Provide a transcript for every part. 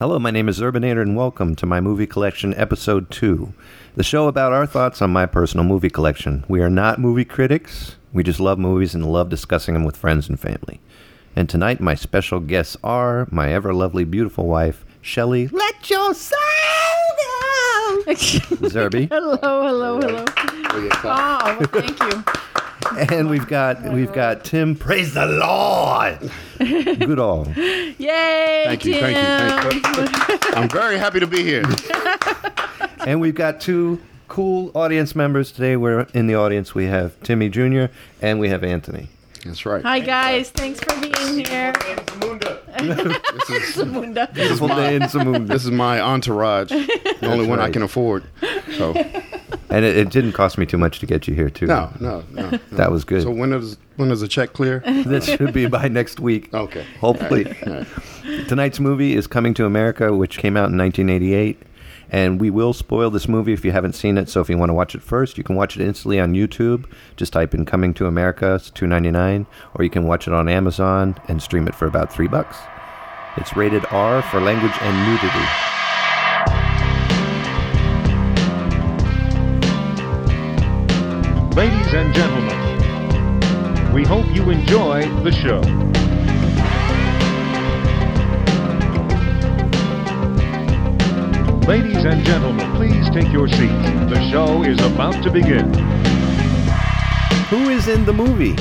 Hello, my name is Urbanator, and welcome to my movie collection episode 2, the show about our thoughts on my personal movie collection. We are not movie critics, we just love movies and love discussing them with friends and family. And tonight, my special guests are my ever lovely, beautiful wife, Shelley. Let your soul out! Zerby. hello, hello, hello. Oh, well, thank you. And we've got we've got Tim. Praise the Lord. Goodall. Yay, Thank Tim. you, thank you, I'm very happy to be here. And we've got two cool audience members today. We're in the audience. We have Timmy Jr. and we have Anthony. That's right. Hi, guys. Thanks for being here. This is, Samunda. Beautiful day in Zamunda. this is my entourage, the only one right. I can afford. So And it, it didn't cost me too much to get you here, too. no, no, no. no. That was good. So when does when does the check clear? this should be by next week. Okay. Hopefully. Tonight's movie is Coming to America, which came out in 1988. And we will spoil this movie if you haven't seen it. So if you want to watch it first, you can watch it instantly on YouTube. Just type in "Coming to America." It's two ninety nine, or you can watch it on Amazon and stream it for about three bucks. It's rated R for language and nudity. Ladies and gentlemen, we hope you enjoy the show. Ladies and gentlemen, please take your seats. The show is about to begin. Who is in the movie?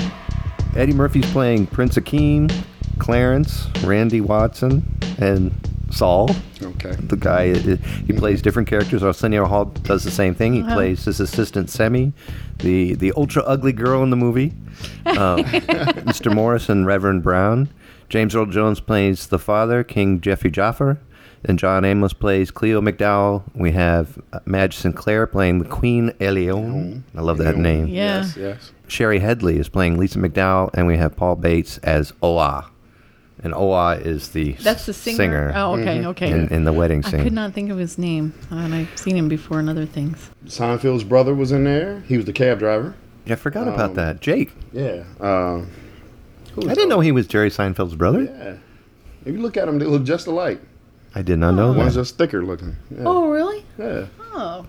Eddie Murphy's playing Prince Akeem, Clarence, Randy Watson, and Saul. Okay. the guy uh, he plays different characters arsenio hall does the same thing he plays his assistant semi the the ultra ugly girl in the movie um, mr morris and reverend brown james earl jones plays the father king jeffrey joffer and john amos plays cleo mcdowell we have uh, madge sinclair playing the queen eleon i love that name Yeah. Yes, yes. sherry headley is playing lisa mcdowell and we have paul bates as oa and oa is the That's the singer. Oh, okay, Mm-hmm. okay. in, in the wedding I scene could not think of his name, and I've seen him before in other things. Seinfeld's brother was in there. He was the cab driver. Yeah, I forgot about that. Jake. Yeah. Um, who I was didn't that? know he was Jerry Seinfeld's brother. Yeah. If you look at them, they look just alike. I did not know One's that. just thicker looking. Yeah. Oh, really? yeah. Oh.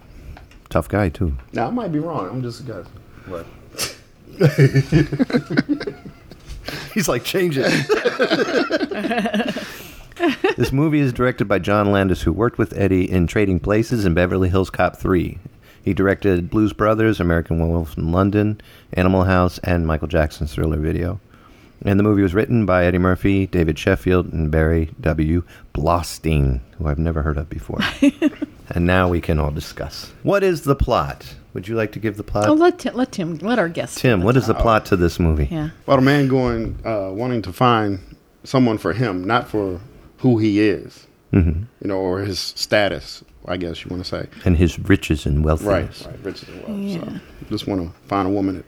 Tough guy, too. Now I might be wrong. I'm just a guy. What? He's like, change it. this movie is directed by John Landis, who worked with Eddie in Trading Places and Beverly Hills Cop 3. He directed Blues Brothers, American Werewolf in London, Animal House, and Michael Jackson's thriller video. And the movie was written by Eddie Murphy, David Sheffield, and Barry W. Blostein, who I've never heard of before. and now we can all discuss. What is the plot? Would you like to give the plot? Oh, let Tim, let Tim, let our guest. Tim, what is the plot to this movie? Yeah. About a man going, uh, wanting to find someone for him, not for who he is, mm-hmm. you know, or his status, I guess you want to say. And his riches and Right, wealthiness. right. Richard and Love. So just want to find a woman that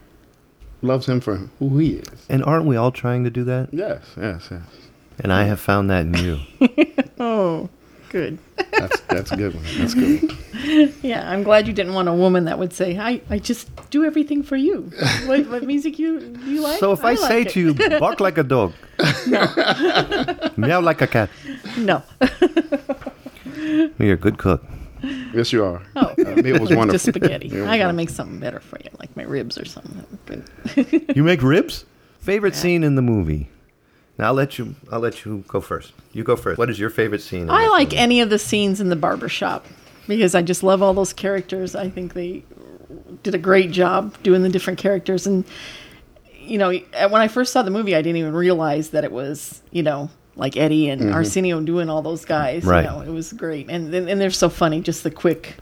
loves him for who he is. And aren't we all trying to do that? Yes, yes, yes. And I have found that in you. Oh, good. That's that's a good one. That's a good. One. Yeah, I'm glad you didn't want a woman that would say, "I, I just do everything for you." what, what music you you like? so if I, like say it. to you, bark like a dog, meow like a cat, no, you're a good cook. Yes, you are. Oh. Uh, meal was wonderful. just spaghetti. Meal was I gotta wonderful. make something better for you, like my ribs or something. Good. You make ribs? Favorite scene in the movie? Now I'll let you. I'll let you go first. You go first. What is your favorite scene? in I this like movie? any of the scenes in the barber shop because I just love all those characters. I think they did a great job doing the different characters. And, you know, uh, when I first saw the movie, I didn't even realize that it was, you know, like Eddie and Arsenio doing all those guys. Mm-hmm. Right. You know, it was great. And, and, and they're so funny, just the quick,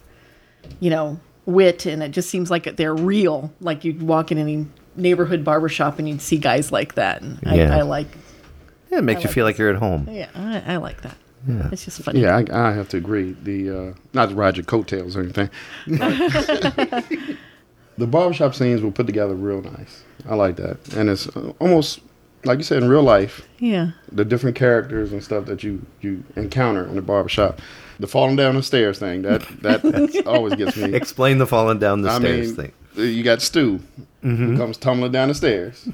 you know, wit. And it just seems like they're real. Like you'd walk in any neighborhood barber shop and you'd see guys like that. And Yeah. I, I like, Yeah, it makes you feel like you're at home. yeah, I, I like that. It's just funny. Yeah, I, I have to agree. The uh, not to ride your coattails or anything. the barbershop scenes were put together real nice. I like that, and it's uh, almost like you said in real life. Yeah. the different characters and stuff that you you encounter in the barbershop. The falling down the stairs thing that that always gets me. Explain the falling down the I stairs mean, uh, thing. Mm-hmm. you got Stu who comes tumbling down the stairs.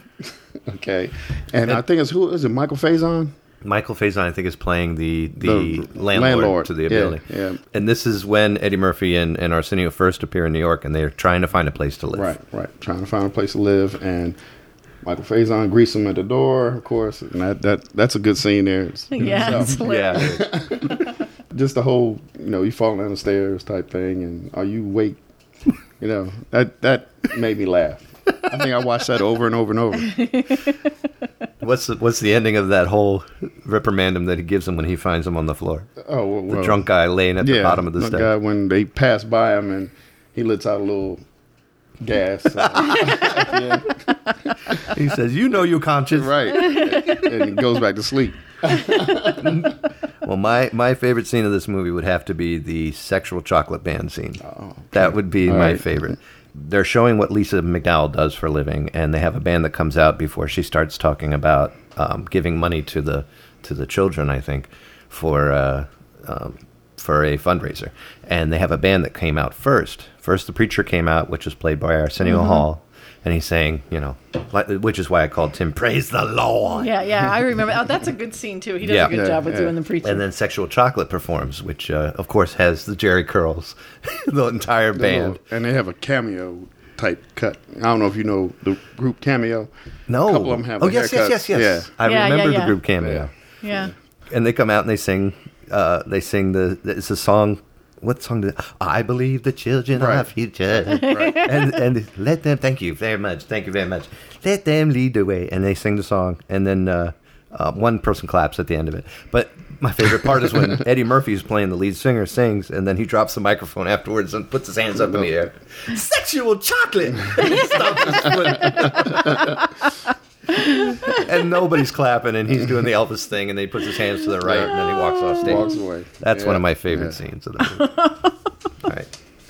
okay, and I think it's who is it? Michael Faison. Michael Faison, I think, is playing the the, The landlord, landlord. to the Yeah, building. yeah. And this is when Eddie Murphy and, and Arsenio first appear in New York, and they're trying to find a place to live. Right, right. Trying to find a place to live, and Michael Faison greets him at the door, of course. And that, that that's a good scene there. It's- Yeah, it's hilarious. Yeah. just the whole, you know, you fall down the stairs type thing, and are you awake? You know, that that made me laugh. I think I watched that over and over and over. what's the, what's the ending of that whole reprimandum that he gives him when he finds him on the floor? Oh, well, The drunk guy laying at the bottom of the drunk stairs. guy when they pass by him and he lets out a little gas. uh, He says, "You know you conscious." right, and he goes back to sleep. Well, my my favorite scene of this movie would have to be the sexual chocolate band scene. That would be All my right. favorite. They're showing what Lisa McDowell does for a living, and they have a band that comes out before she starts talking about um, giving money to the to the children. I think for uh, um, for a fundraiser, and they have a band that came out first. First, the preacher came out, which was played by Arsenio Hall, and he's saying, you know, like- which is why I called Tim "Praise the Lord." Yeah, yeah, I remember. Oh, that's a good scene too. He does Yeah. a good Yeah, job with yeah. doing the preacher. and then Sexual Chocolate performs, which uh, of course has the Jerry Curls, the entire band. And they have a cameo type cut. I don't know if you know the group cameo. No, A couple of them have oh a yes, yes, haircut. yes, yes, Yeah. I Yeah, remember yeah, the yeah. group cameo, Yeah. yeah, and they come out and they sing. Uh, they sing the it's a song. What song? Did, I believe the children are our Right. future, and and let them. Thank you very much. Thank you very much. Let them lead the way, and they sing the song, and then. Uh, uh, one person claps at the end of it, but my favorite part is when Eddie Murphy is playing the lead singer, sings, and then he drops the microphone afterwards and puts his hands up in the air. Sexual chocolate. And he stomps his foot. and nobody's clapping, and he's doing the Elvis thing, and then he puts his hands to the right, and then he walks off stage. Walks away. That's one Yeah, of my favorite yeah. scenes of the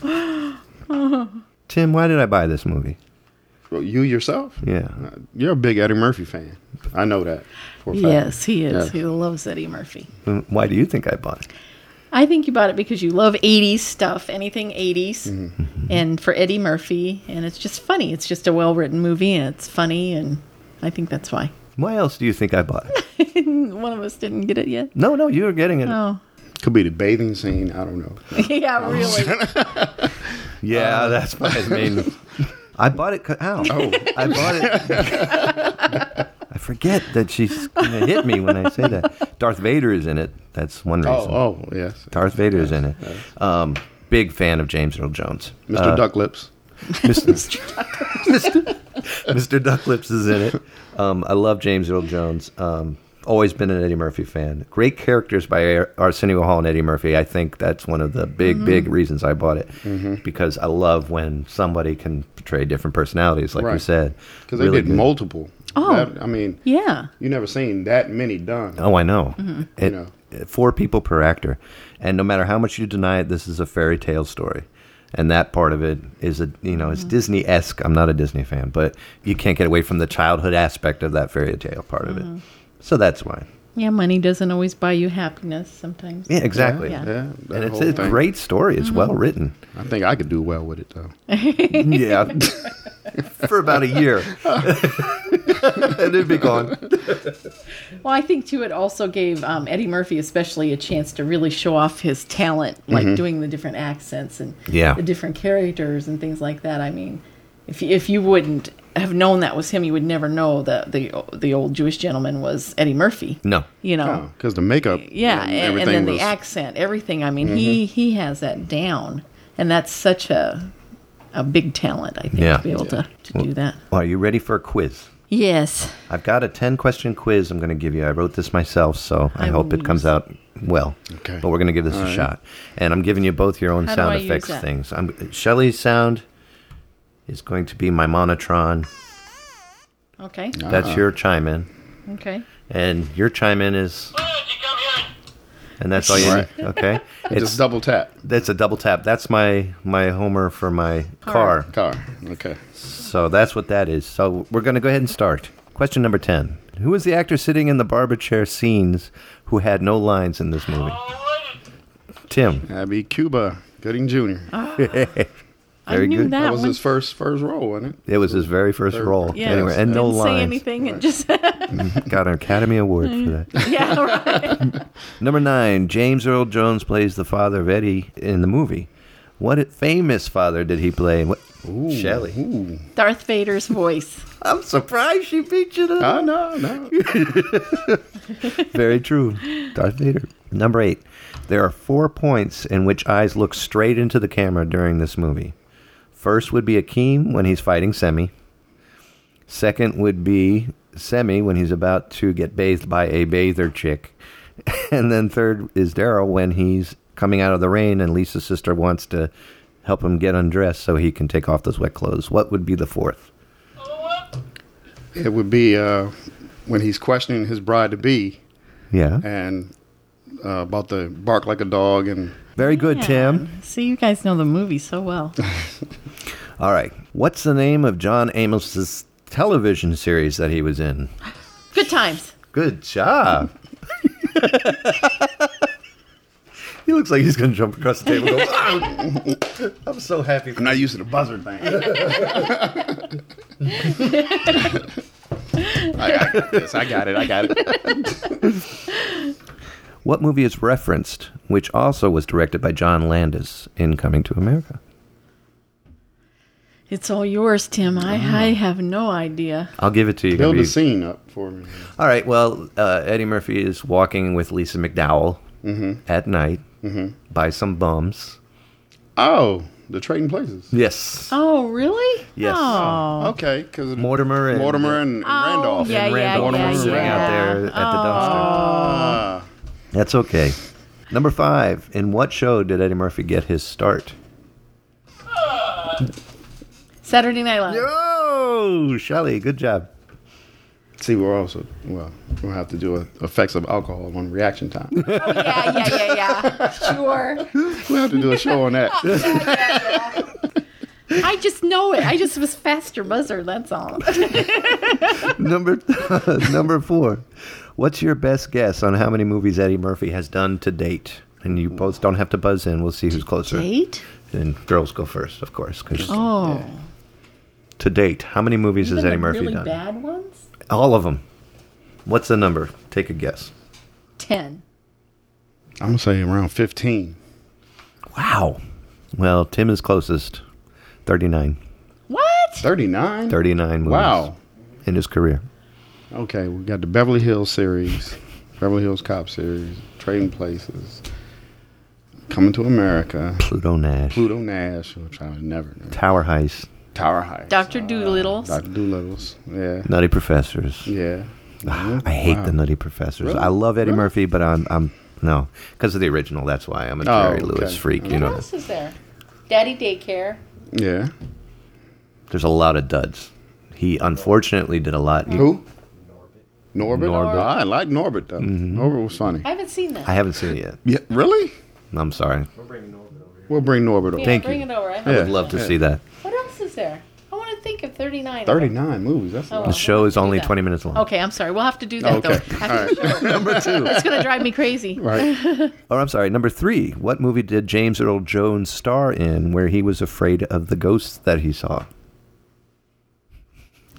movie. All right. Tim, why did I buy this movie? Well, you yourself? Yeah. You're a big Eddie Murphy fan. I know that. For a fact. yes, he is. Yes. He loves Eddie Murphy. Uh, Why do you think I bought it? I think you bought it because you love 80s stuff, anything 80s, Mm-hmm. and for Eddie Murphy. And it's just funny. It's just a well written movie, and it's funny, and I think that's why. Why else do you think I bought it? One of us didn't get it yet. No, no, you were getting it. Oh, Could be the bathing scene. I don't know. yeah, really. Yeah, that's my main. I bought it. co- Ow. Uh, Oh. I bought it. I forget that she's going to hit me when I say that. Darth Vader is in it. That's one reason. Oh, oh, yes. Darth Vader is in it. Um, big fan of James Earl Jones. Mr. Uh, Ducklips. Mr. Mr. Ducklips is in it. Um, I love James Earl Jones. Um, always been an Eddie Murphy fan. Great characters by Ar- Arsenio Hall and Eddie Murphy. I think that's one of the big, big Mm-hmm. reasons I bought it because I love when somebody can portray different personalities, like you Right. said. Because they did good. multiple. Oh. That- I mean, yeah. you never seen that many done. Oh, I know. It- know. it- Four people per actor, and no matter how much you deny it, this is a fairy tale story, and that part of it is a you know it's Disney esque. I'm not a Disney fan, but you can't get away from the childhood aspect of that fairy tale part of it. So that's why. Yeah, money doesn't always buy you happiness sometimes. Yeah, exactly. Yeah. Yeah. that And it's whole a thing. great story. It's well written. I think I could do well with it, though. Yeah. For about a year. and it'd be gone. Well, I think too, it also gave um, Eddie Murphy, especially, a chance to really show off his talent, like doing the different accents and Yeah. the different characters and things like that. I mean, if you, if you wouldn't have known that was him, you would never know that the the old Jewish gentleman was Eddie Murphy. No. you know, Because the makeup. Oh. yeah, and, and Oh. everything then the was- accent, everything. I mean, he he has that down, and that's such a a big talent. I think Yeah. to be able to, to do that. Are you ready for a quiz? Yes, I've got a 10 question quiz I'm going to give you. I wrote this myself, so I, I hope will it comes use- out well. Okay. But we're going to give this a shot. And I'm giving you both your own How do I sound use effects that? things. I'm, Shelly's sound is going to be my monotron. okay, That's Uh-huh. your chime in. okay. And your chime in is. And that's all you Right. need. Okay. Just double tap. That's a double tap. That's my my homer for my car. Car. Car. Okay. So that's what that is. So we're going to go ahead and start. Question number 10. Who was the actor sitting in the barber chair scenes who had no lines in this movie? Tim. Oh, That'd be Cuba Gooding Jr. Very I knew good. that, That That was one. his first first role, wasn't it? It was his very first Third. role. yeah, anyway, and no didn't say lines. anything. Mm-hmm. It just Got an Academy Award for that. yeah, right. Number nine, James Earl Jones plays the father of Eddie in the movie. What famous father did he play? What? Shelley. Ooh. Darth Vader's voice. I'm surprised she beat you to that. Ah, no, no. Very true. Darth Vader. Number eight, there are four points in which eyes look straight into the camera during this movie. First would be Akeem when he's fighting Semi. Second would be Semi when he's about to get bathed by a bather chick. And then third is Daryl when he's coming out of the rain and Lisa's sister wants to help him get undressed so he can take off those wet clothes. What would be the fourth? It would be uh, when he's questioning his bride to be Yeah. and uh, about the bark like a dog and Very good, Tim. See, you guys know the movie so well. All right. What's the name of John Amos's television series that he was in? Good times. Good job. he looks like he's going to jump across the table. and go, "Ow!" I'm so happy. I'm not used to the buzzer thing. I, I got this. I got it. I got it. What movie is referenced, which also was directed by John Landis in Coming to America? It's all yours, Tim. I, Mm. I have no idea. I'll give it to you. Build Gabby. the scene up for me. All right. Well, uh, Eddie Murphy is walking with Lisa McDowell at night by some bums. Oh, the trading places. Yes. Oh, really? Yes. Oh. Okay, because Mortimer and- Mortimer and, and Oh, Randolph. yeah, And yeah, Randolph yeah, was sitting out yeah. there at the dumpster. Ah, That's okay. Number five. In what show did Eddie Murphy get his start? Saturday Night Live. Oh, Shelly, good job. see, we're also well. We'll have to do a, effects of alcohol on reaction time. we'll Oh, yeah, yeah, yeah, yeah. Sure. have to do a show on that. I just know it. I just was faster buzzer. That's all. Number number four. What's your best guess on how many movies Eddie Murphy has done to date? And you both don't have to buzz in. We'll see who's closer. Eight. And girls go first, of course. 'cause Oh. To date, how many movies has Even Eddie the Murphy really done? bad ones? All of them. What's the number? Take a guess. Ten. I'm gonna say around 15. Wow. Well, Tim is closest. 39. What? 39? 39 movies Wow. in his career. Okay, we got the Beverly Hills series, Beverly Hills Cop series, Trading Places, Coming to America, Pluto Nash. Pluto Nash, which I would never know. Tower Heist. Tower Heights. Doctor Doolittle. Dr. Doolittle's. Yeah. Nutty Professors. Yeah. Mm-hmm. I hate the Nutty Professors. I love Eddie Murphy, but I'm I'm no because of the original. That's why I'm a Oh, Jerry okay. Lewis freak. You what know, else is there? Daddy Daycare. Yeah. there's a lot of duds. He unfortunately did a lot. You- Who? Norbert. Norbert. Mm-hmm. Ah, I like Norbert, though. Norbert was funny. I haven't seen that. I haven't seen it yet. Yeah, really? I'm sorry. We'll bring Norbert over. yeah, thank bring you. it over. I haven't Yeah. I'd love to see that. What else is there? I want to think of 39. 39 movies. That's a Oh, The lot. show is only that. 20 minutes long. Okay, I'm sorry. We'll have to do that, Okay. though. All After the show. Number two. It's going to drive me crazy. Right. Oh, I'm sorry. Number three. What movie did James Earl Jones star in where he was afraid of the ghosts that he saw?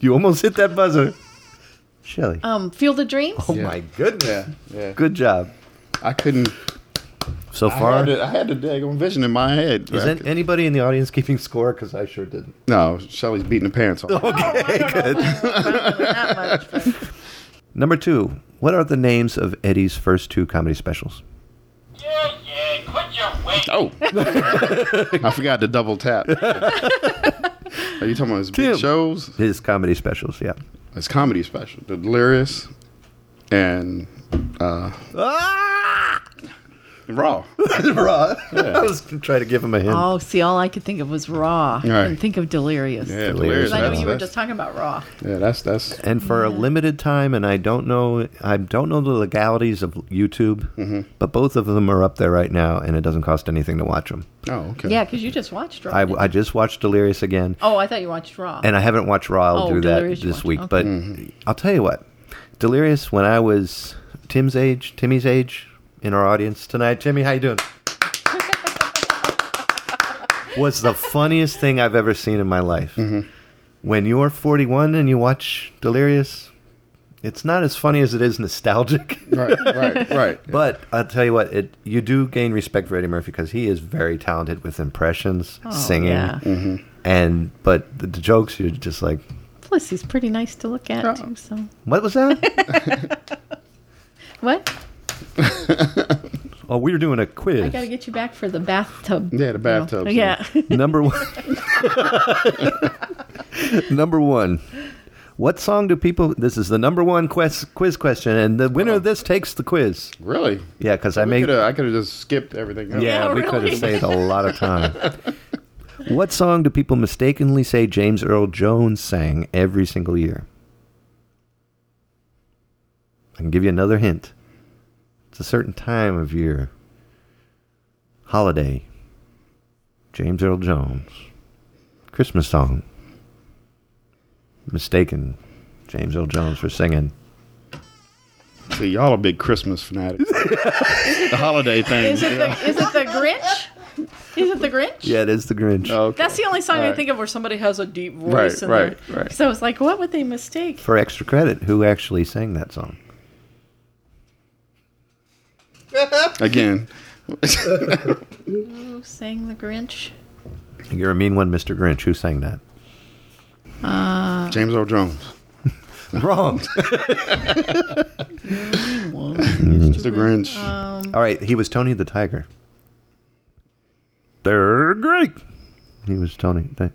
You almost hit that buzzer, Shelley. Um, Field of Dreams. oh my goodness. yeah. Yeah. Good job. I couldn't. So I far, had, to, I had the daggone vision in my head. Is an- anybody in the audience keeping score? Because I sure didn't. no, Shelly's beating the pants off. Not much, but- Number two, what are the names of Eddie's first two comedy specials? Yeah, yeah, quit eh, your weight. Oh, I forgot to double tap. Are you talking about his Tim. big shows? His comedy specials, yeah. His comedy special, The Delirious and uh, Ah! Raw. Raw. I was trying to give him a hint. Oh, see, all I could think of was Raw. and Right. think of Delirious. Yeah, Delirious. Delirious. I know That's, you were that's- just talking about Raw. yeah, that's that's And for a limited time, and I don't know, I don't know the legalities of YouTube, but both of them are up there right now, and it doesn't cost anything to watch them. oh okay. Yeah, because you just watched Raw. I, I just watched Delirious again. oh, I thought you watched Raw. and I haven't watched Raw. I'll Oh, do that Delirious you this watched. week. Okay. But Mm-hmm. I'll tell you what, Delirious. When I was Tim's age, Timmy's age, in our audience tonight, Timmy, how you doing? was the funniest thing I've ever seen in my life. Mm-hmm. When you're 41 and you watch Delirious, it's not as funny as it is nostalgic. Right, right, right. But I'll tell you what, it you do gain respect for Eddie Murphy because he is very talented with impressions, singing, Oh, yeah. Mm-hmm. and but the, the jokes you're just like, Plus, he's pretty nice to look at too. So what was that? what? oh, we were doing a I quiz. gotta get you back for the bathtub. Yeah, the girl. bathtub scene. Yeah. Number one. number one. What song do people? This is the number one quest, quiz question, and the winner of this takes the quiz. Really? Yeah, because I I made. could have I could have just skipped everything. Else. Yeah, Yeah, we could really. have saved a lot of time. what song do people mistakenly say James Earl Jones sang every single year? I can give you another hint. It's a certain time of year. Holiday. James Earl Jones. Christmas song. Mistaken James Earl Jones for singing. See, y'all are big Christmas fanatics. the holiday thing. Is it the is it the Grinch? Is it the Grinch? Yeah, it is the Grinch. Okay. That's the only song I Alright. think of where somebody has a deep Right, voice. in right, there. right. So I was like, what would they mistake? For extra credit, who actually sang that song? Again, Who sang the Grinch? You're a mean one, Mr. Grinch. Who sang that? James Earl Jones, Wrong. Mr. Grinch. All right, he was Tony the Tiger. They're great. He was Tony. The...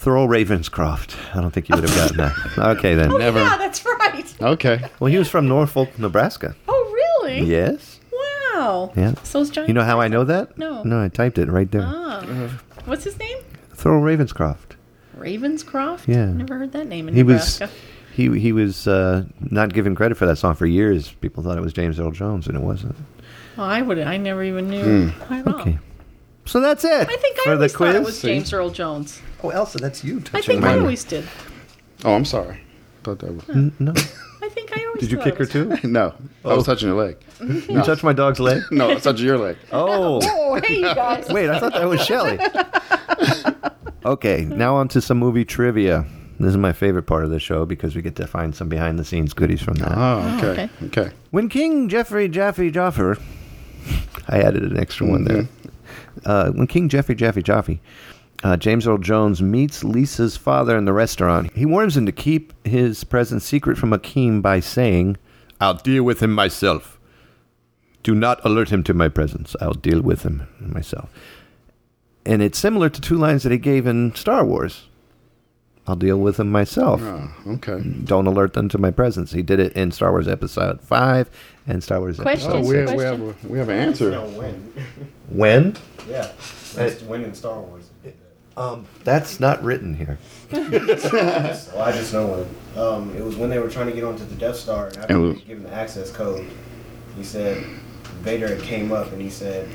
Thurl Ravenscroft. I don't think you would have gotten that. Okay, then. Never. Oh, Yeah, that's right. Okay. Well, he was from Norfolk, Nebraska. Oh, really? Yes. Wow. Yeah. So is Johnny. You know how I know that? No. No, I typed it right there. Ah. What's his name? Thurl Ravenscroft. Ravenscroft. Yeah. Never heard that name in He was. Nebraska. He, he was uh, not given credit for that song for years. People thought it was James Earl Jones, and it wasn't. Oh, I would. I never even knew. I know. Hmm. Okay. So that's it. Oh. I think I for always the quiz. thought it was James Earl Jones. Oh, Elsa, that's you. I touching think my- I always did. Oh, I'm sorry. Thought that was N- No. I think I always. Did you thought kick it her was- too? no. I was touching your leg. You touched my dog's leg? No, I was touching your leg. Oh. Oh, hey, you guys. Wait, I thought that was Shelly. Okay, now on to some movie trivia. This is my favorite part of the show because we get to find some behind the scenes goodies from that. Oh, okay. okay. Okay. When King Jeffrey Jaffe Joffer, I added an extra one there. Uh, when King Jeffrey Jaffe Jaffe, uh, James Earl Jones meets Lisa's father in the restaurant, he warns him to keep his present secret from Akeem by saying, I'll deal with him myself. Do not alert him to my presence. I'll deal with him myself. And it's similar to two lines that he gave in Star Wars. I'll deal with him myself Oh, okay. don't alert them to my presence. He did it in Star Wars Episode Five and Star Wars. Question. Episode. Oh, we have, we Question. have a, we have an answer. Don't win. When? Yeah. That's winning Star Wars. Um, that's not written here. Well, I just know one. Um, it was when they were trying to get onto the Death Star, and after It was- they gave him the access code, he said, Vader came up and he said,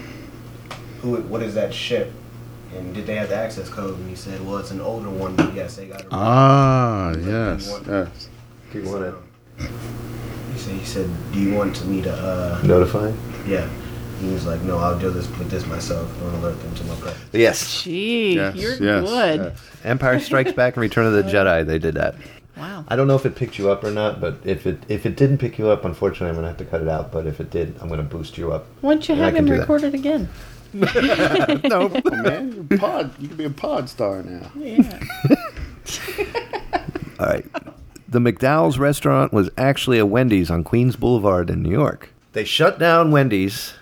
"Who? What is that ship?" And did they have the access code? And he said, "Well, it's an older one, but yes, they got it." Ah, yes. yes. Do you want to He said, "He said, do you want to me to?" Uh, notify? yeah. He was like, "No, I'll deal this with this myself. Don't alert them to my presence." Yes. Gee, Yes. you're yes, good. yes. Empire Strikes Back and Return of the Jedi. They did that. Wow. I don't know if it picked you up or not, but if it if it didn't pick you up, unfortunately, I'm gonna have to cut it out. But if it did, I'm gonna boost you up. Why don't you Yeah, I have can him do that. record it again? No. Oh, man, you're a pod. You could be a pod star now. Yeah. All right. The McDowell's restaurant was actually a Wendy's on Queens Boulevard in New York. They shut down Wendy's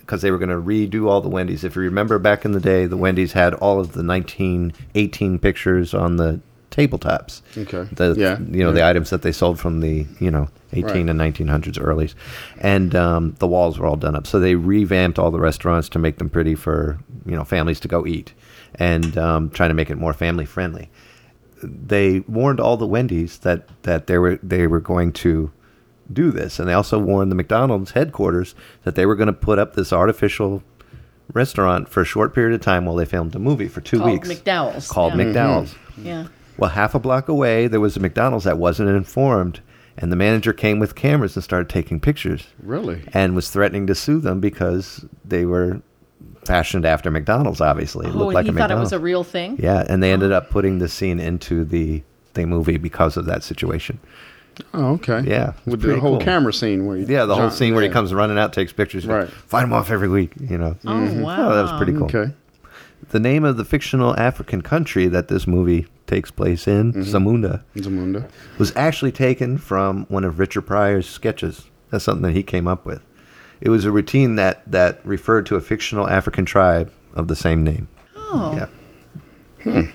because they were going to redo all the Wendy's. If you remember back in the day, the Wendy's had all of the 1918 pictures on the tabletops. Okay. The, Yeah. You know, the items that they sold from the, you know, 18 Right. and 1900s earlys. And um, the walls were all done up. So they revamped all the restaurants to make them pretty for, you know, families to go eat and um, trying to make it more family friendly they warned all the Wendy's that that they were they were going to do this, and they also warned the McDonald's headquarters that they were going to put up this artificial restaurant for a short period of time while they filmed a movie for two Called weeks. Oh, McDowell's, Called yeah. Mm-hmm. McDowell's. yeah. Well, half a block away, there was a McDonald's that wasn't informed, and the manager came with cameras and started taking pictures Really? and was threatening to sue them because they were fashioned after McDonald's, obviously. It Oh, looked and like he a thought it McDonald's. was a real thing. yeah, and they ended up putting the scene into the the movie because of that situation. Oh, okay. Yeah, With pretty the whole cool. camera scene where you, Yeah, the whole John- scene where yeah. he comes running out, takes pictures, Right. Mm-hmm. fight him off every week, you know. Oh, wow. Oh, that was pretty cool. Okay. The name of the fictional African country that this movie takes place in, Mm-hmm. Zamunda, Zamunda. was actually taken from one of Richard Pryor's sketches. That's something that he came up with. It was a routine that, that referred to a fictional African tribe of the same name. Oh. Yeah.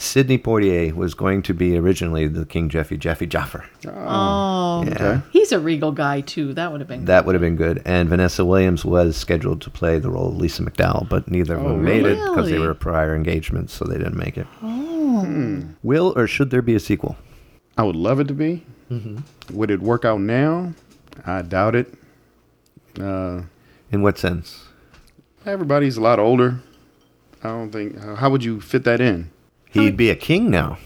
Sidney Poitier was going to be originally the King Jeffy Jeffy Jaffer. Oh. Yeah. He's a regal guy, too. That would have been That would have been good. And Vanessa Williams was scheduled to play the role of Lisa McDowell, but neither of Oh, them made it because they really? were prior engagements, so they didn't make it. Oh. Will or should there be a sequel? I would love it to be. Would it work out now? I doubt it. Uh, In what sense? everybody's a lot older. I don't think. uh, How how would you fit that in? He'd be a king now.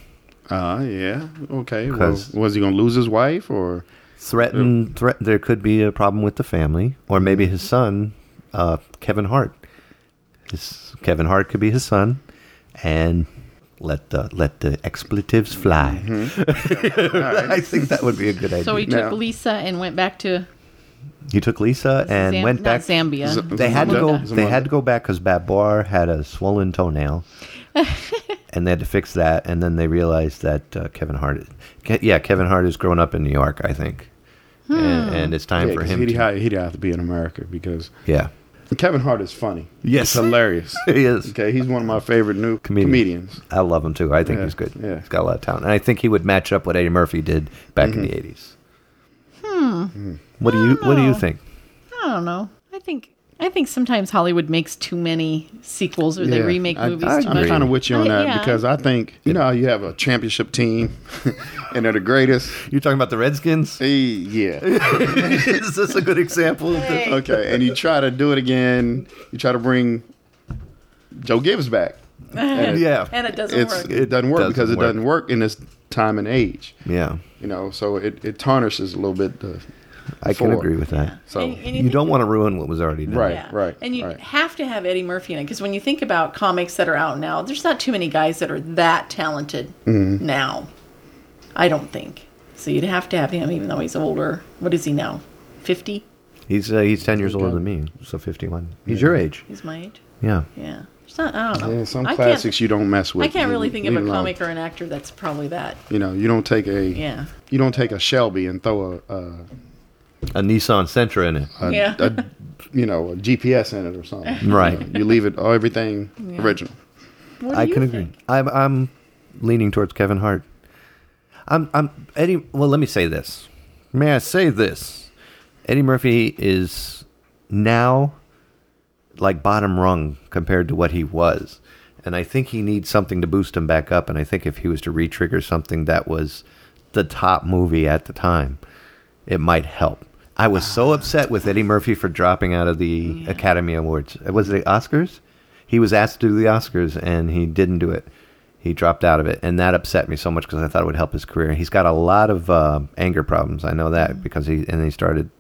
Uh, yeah. Okay. Well, 'Cause- was he going to lose his wife or? Threaten, threat, there could be a problem with the family, or maybe Mm-hmm. his son, uh, Kevin Hart. His, Kevin Hart could be his son, and let the let the expletives fly. Mm-hmm. I think that would be a good idea. So he No. took Lisa and went back to he took Lisa and Zam- went not back. Zambia. Z- They had to go. Zamunda? They had to Zamunda. go back because Babar had a swollen toenail, and they had to fix that. And then they realized that uh, Kevin Hart, Ke- yeah, Kevin Hart has grown up in New York, I think, Hmm. and, and it's time Yeah, for 'cause him. he'd, to- ha- he'd have to be in America because yeah, Kevin Hart is funny. Yes. He's hilarious. he is. okay, he's one of my favorite new Comedian. comedians. I love him too. I think Yeah, he's good. yeah. he's got a lot of talent, and I think he would match up what Eddie Murphy did back in the eighties. Hmm. What do you What do you know. think? I don't know. I think I think sometimes Hollywood makes too many sequels or they Yeah, remake I, movies I, too am much. kind of with you on I- that yeah. because I think you know how you have a championship team and they're the greatest. You're talking about the Redskins. Hey, yeah, is this a good example? Of the, okay. And you try to do it again. You try to bring Joe Gibbs back. And it, yeah. and it doesn't it's work. it doesn't work Doesn't because it work. doesn't work in this time and age. yeah. You know, so it, it tarnishes a little bit. The, I can Four. agree with that. so And- and You think- don't want to ruin what was already done. Right. And you right. have to have Eddie Murphy in it because when you think about comics that are out now, there's not too many guys that are that talented Mm-hmm. now. I don't think. So you'd have to have him, even though he's older. What is he now? 50? He's uh, he's ten years older than me, so fifty one. He's your age. He's my age. Yeah. Yeah. There's not, I don't know. yeah, some I classics you don't mess with. Can't, I can't really think of Leave a it alone. comic or an actor that's probably that. You know, you don't take a Yeah. you don't take a Shelby and throw a, a, A Nissan Sentra in it. a, Yeah. a you know a GPS in it or something. Right. You, know, you leave it oh, everything original. What do I you can think? agree. I'm I'm leaning towards Kevin Hart. I'm I'm Eddie. Well, let me say this. May I say this? Eddie Murphy is now like bottom rung compared to what he was, and I think he needs something to boost him back up. And I think if he was to re-trigger something that was the top movie at the time, it might help. I was Ah. so upset with Eddie Murphy for dropping out of the Academy Awards. Uh, Was it the Oscars? He was asked to do the Oscars and he didn't do it. He dropped out of it, and that upset me so much because I thought it would help his career. He's got a lot of uh, anger problems. I know Mm-hmm. that because he and he started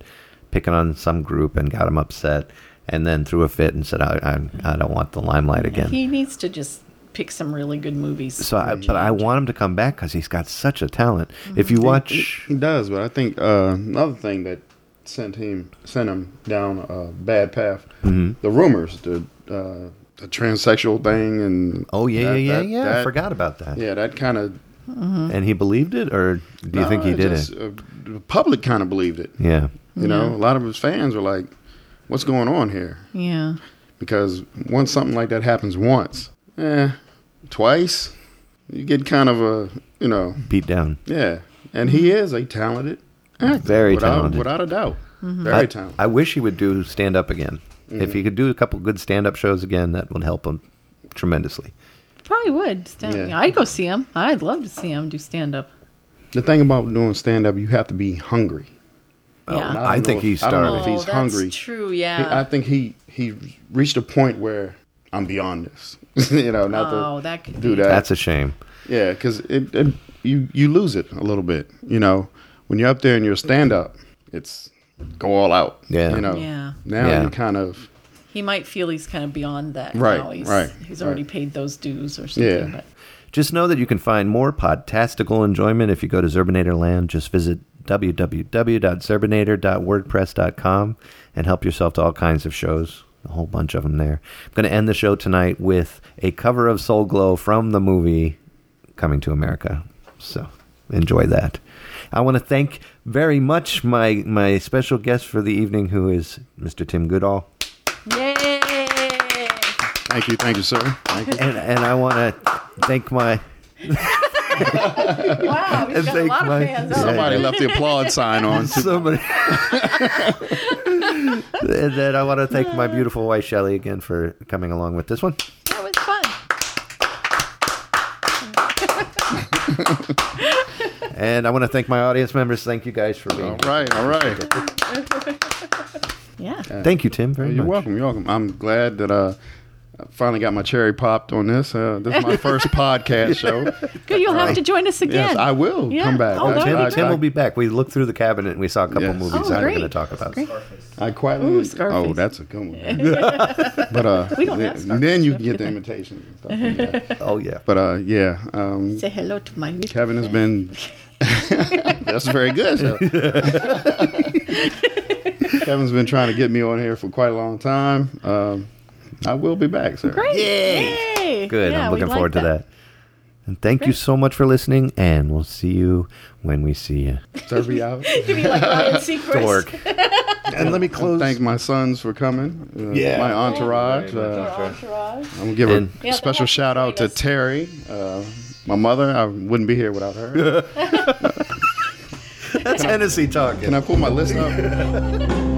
picking on some group and got him upset, and then threw a fit and said, "I I, I don't want the limelight again." He needs to just pick some really good movies. so, I, but I want him to come back because he's got such a talent. If you watch, Mm-hmm. He does, but I think uh, another thing that sent him sent him down a bad path. Mm-hmm. The rumors, the uh, the transsexual thing, and oh yeah, yeah, that- yeah, that- yeah, I that- forgot about that. Yeah, that kind of. And he believed it, or do you think he did it? uh, the public kind of believed it. Yeah. You know, a lot of his fans were like, "What's going on here?" Yeah. Because once something like that happens once, eh, twice, you get kind of a you know, Beat down. yeah. And he Mm-hmm. is a talented actor, Very without, talented. without a doubt. Mm-hmm. Very I, talented. I wish he would do stand up again. If he could do a couple good stand up shows again, that would help him tremendously. Probably would. Stand- Yeah. I'd go see him. I'd love to see him do stand up. The thing about doing stand up, you have to be hungry. yeah. And I don't think know he Oh, I don't know if starved. he's hungry. Oh, That's true. He- I Yeah. think he he reached a point where I'm beyond this. you know, not oh, to that could do be. that. That's a shame. yeah, because it, it you you lose it a little bit. You know, when you're up there and you're stand up, it's go all out. Yeah. you know. Yeah. Now Yeah. you kind of He might feel he's kind of beyond that Right, now. He's, right, He's already right. paid those dues or something. Yeah. But Just know that you can find more podtastical enjoyment if you go to Zerbinator Land. Just visit www.zerbinator.wordpress.com and help yourself to all kinds of shows. A whole bunch of them there. I'm going to end the show tonight with a cover of Soul Glow from the movie Coming to America. So enjoy that. I want to thank very much my my special guest for the evening, who is Mr. Tim Goodall. yay! Thank you, thank you, sir. Thank you. And, and I want to thank my. Wow, he's got a Thank lot my- of Yeah. fans. Oh. out Somebody left the applaud sign on. somebody. and then I want to thank Uh. my beautiful wife Shelley again for coming along with this one. That was fun. And I want to thank my audience members. Thank you guys for being. All here. right, all right. Yeah. Thank you, Tim. Very You're much. welcome. You're welcome. I'm glad that uh, I finally got my cherry popped on this. Uh, this is my first podcast show. Good. You'll have to join us again. Yes, I will Yeah. come back. Oh, I, that'd Tim, be I, Tim I- will be back. We looked through the cabinet and we saw a couple Yes. movies Oh, that we're great. going to talk about. Great. I quietly. Ooh, Scarface. Oh, that's a good one. but uh, We don't then, have Scarface. then you can get the invitations and stuff. like that. Oh yeah. But uh, yeah, um, Say hello to my little Kevin has been. that's very good. so. Kevin's been trying to get me on here for quite a long time. Um, I will be back, sir. Great. Yay. Yay. Good. Yeah, I'm we looking like forward to that. And thank you so much for listening. And we'll see you when we see you. Sir, be out. Give me like Ryan Seacrest. Dork. and let me close. Thank my sons for coming. Uh, Yeah. My entourage. Very Uh, much. Entourage. I'm going to give And- a Yeah, special they'll shout out to have to Terry, uh, my mother. I wouldn't be here without her. That's Hennessy talking. Can I pull my list up?